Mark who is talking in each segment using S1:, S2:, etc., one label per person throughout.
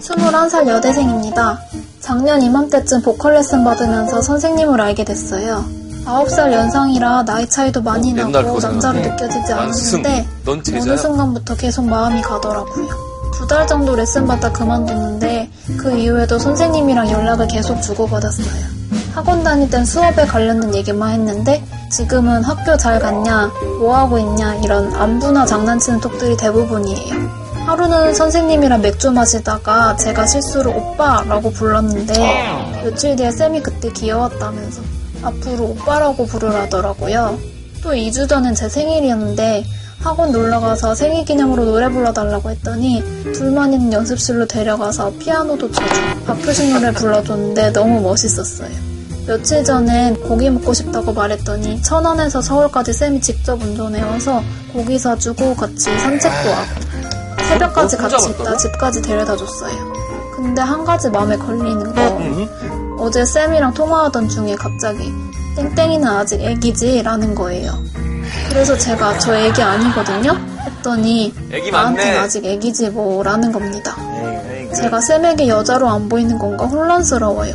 S1: 11살 여대생입니다. 작년 이맘때쯤 보컬 레슨 받으면서 선생님을 알게 됐어요. 9살 연상이라 나이 차이도 많이
S2: 어, 옛날
S1: 나고
S2: 그거
S1: 남자로
S2: 생각나네.
S1: 느껴지지
S2: 난 스승,
S1: 않았는데
S2: 넌
S1: 어느
S2: 제자야.
S1: 순간부터 계속 마음이 가더라고요. 두 달 정도 레슨 받다 그만뒀는데 그 이후에도 선생님이랑 연락을 계속 주고받았어요. 학원 다닐 땐 수업에 관련된 얘기만 했는데 지금은 학교 잘 갔냐, 뭐 하고 있냐 이런 안부나 장난치는 톡들이 대부분이에요. 하루는 선생님이랑 맥주 마시다가 제가 실수로 오빠라고 불렀는데 며칠 뒤에 쌤이 그때 귀여웠다면서 앞으로 오빠라고 부르라더라고요. 또 2주 전엔 제 생일이었는데 학원 놀러가서 생일 기념으로 노래 불러달라고 했더니 둘만 있는 연습실로 데려가서 피아노도 쳐주고 바쁘신 노래 불러줬는데 너무 멋있었어요. 며칠 전엔 고기 먹고 싶다고 말했더니 천안에서 서울까지 쌤이 직접 운전해와서 고기 사주고 같이 산책도 하고 새벽까지
S2: 너뭐 혼자
S1: 같이 있다
S2: 갔다고?
S1: 집까지 데려다 줬어요. 근데 한 가지 마음에 걸리는
S2: 어.
S1: 거 어제 쌤이랑 통화하던 중에 갑자기 땡땡이는 아직 애기지? 라는 거예요. 그래서 제가 저 애기 아니거든요? 했더니
S2: 애기
S1: 나한테
S2: 맞네.
S1: 아직 애기지 뭐라는 겁니다.
S2: 네,
S1: 제가 쌤에게 여자로 안 보이는 건가 혼란스러워요.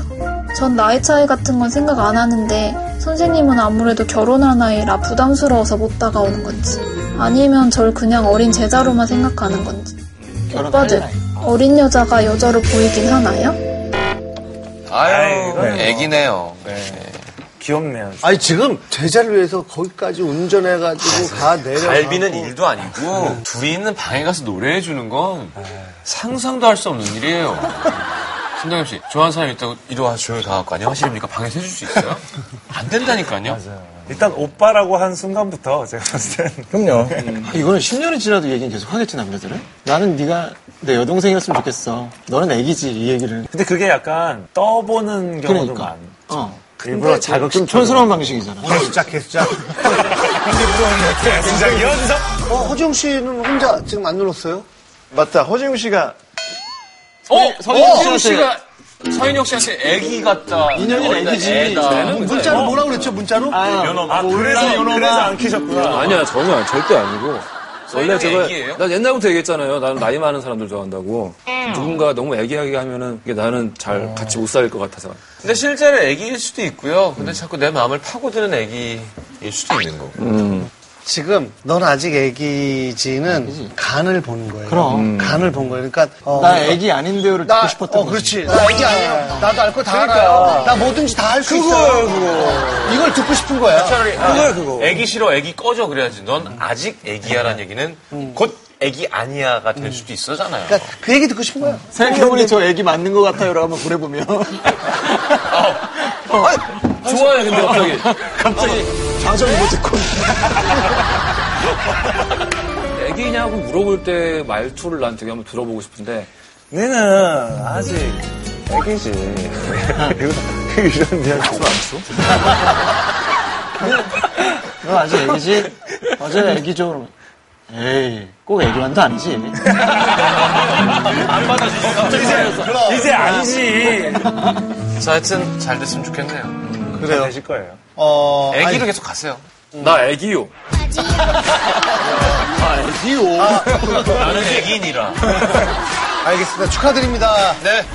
S1: 전 나이 차이 같은 건 생각 안 하는데 선생님은 아무래도 결혼할 나이라 부담스러워서 못 다가오는 건지 아니면 절 그냥 어린 제자로만 생각하는 건지 오빠들 어린 여자가 여자로 보이긴 하나요?
S2: 네. 아유,
S3: 그럼요.
S2: 애기네요.
S3: 귀엽네요.
S4: 아니 지금 제자를 위해서 거기까지 운전해가지고 가 내려.
S5: 갈비는 일도 아니고
S2: 둘이 있는 방에 가서 노래해 주는 건 상상도 할 수 없는 일이에요. 신동엽 씨, 좋아하는 사람이 있다고 이리 와서 조용히 가갖고 안녕하십니까 방에서 해줄 수 있어요? 안 된다니까요.
S3: 일단 오빠라고 한 순간부터 제가 봤을 땐
S6: 그럼요. 아, 이거는 10년이 지나도 얘기는 계속 하겠지, 남자들은? 나는 네가 내 여동생이었으면 좋겠어. 너는 애기지, 이 얘기를.
S3: 근데 그게 약간 떠보는 경우도 많.
S6: 그러니까. 어.
S3: 일부러
S6: 좀
S3: 자극시키고.
S6: 촌스러운 방식이잖아.
S4: 오늘 시작 개수작.
S3: 굉장히 연습.
S4: 어, 허지웅 씨는 혼자 지금 안 눌렀어요? 맞다. 허지웅 씨가
S2: 어,
S6: 서인혁
S2: 서인혁 씨가 서인혁 씨한테 애기 같다.
S4: 인연이
S2: 어린애,
S4: 애기지.
S2: 애다.
S4: 문자로 뭐라고 그랬죠? 문자로?
S3: 아 그래서 그래서 안 키셨구나.
S7: 아니야 전혀 아니, 절대 아니고
S2: 저희는
S7: 원래 제가
S2: 애기예요?
S7: 나 옛날부터 얘기했잖아요 나는 나이 많은 사람들 좋아한다고 누군가 너무 애기하게 하면은 이게 나는 잘 같이 못 살 것 같아서
S2: 근데 실제로 애기일 수도 있고요. 근데 자꾸 내 마음을 파고드는 애기일 수도 있는 거고.
S4: 지금 넌 아직 애기지는 간을 보는 거예요.
S6: 그럼.
S4: 간을 본 거예요. 그러니까 어,
S6: 나 애기 아닌데요를 듣고 싶었던
S4: 어, 그렇지.
S6: 거지.
S4: 나 애기 아니에요. 나도 알고 다 알아요. 나 뭐든지 다 할 수 있어. 그거 그거. 이걸 듣고 싶은 거야.
S2: 차라리 아, 애기 싫어, 애기 꺼져 그래야지. 넌 아직 애기야라는 얘기는 곧 애기 아니야가 될 수도 있어잖아요.
S4: 음. 그러니까 그 얘기 듣고 싶은 거야.
S6: 생각해보니 저 애기 맞는 것 같아요라고 한번 보내보면.
S7: 좋아요 근데 갑자기
S6: 좌절 이모티콘.
S7: 애기냐고 물어볼 때 말투를 난 되게 한번 들어보고 싶은데
S3: 얘는 아직 애기지. 이런 뉘앙스.
S6: 너 아직 애기지? 어제 애기죠. 에이, 꼭 애기만도 아니지.
S3: 이제 아니지.
S2: 자, 하여튼 잘 됐으면 좋겠네요.
S3: 그래요. 되실 거예요.
S4: 어,
S2: 애기로 계속 가세요.
S7: 나 애기요
S4: 그-
S2: 나는 애기인이라.
S4: 알겠습니다. 축하드립니다.
S2: 네.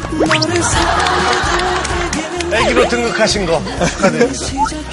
S4: 애기로 등극하신 거. 축하드립니다.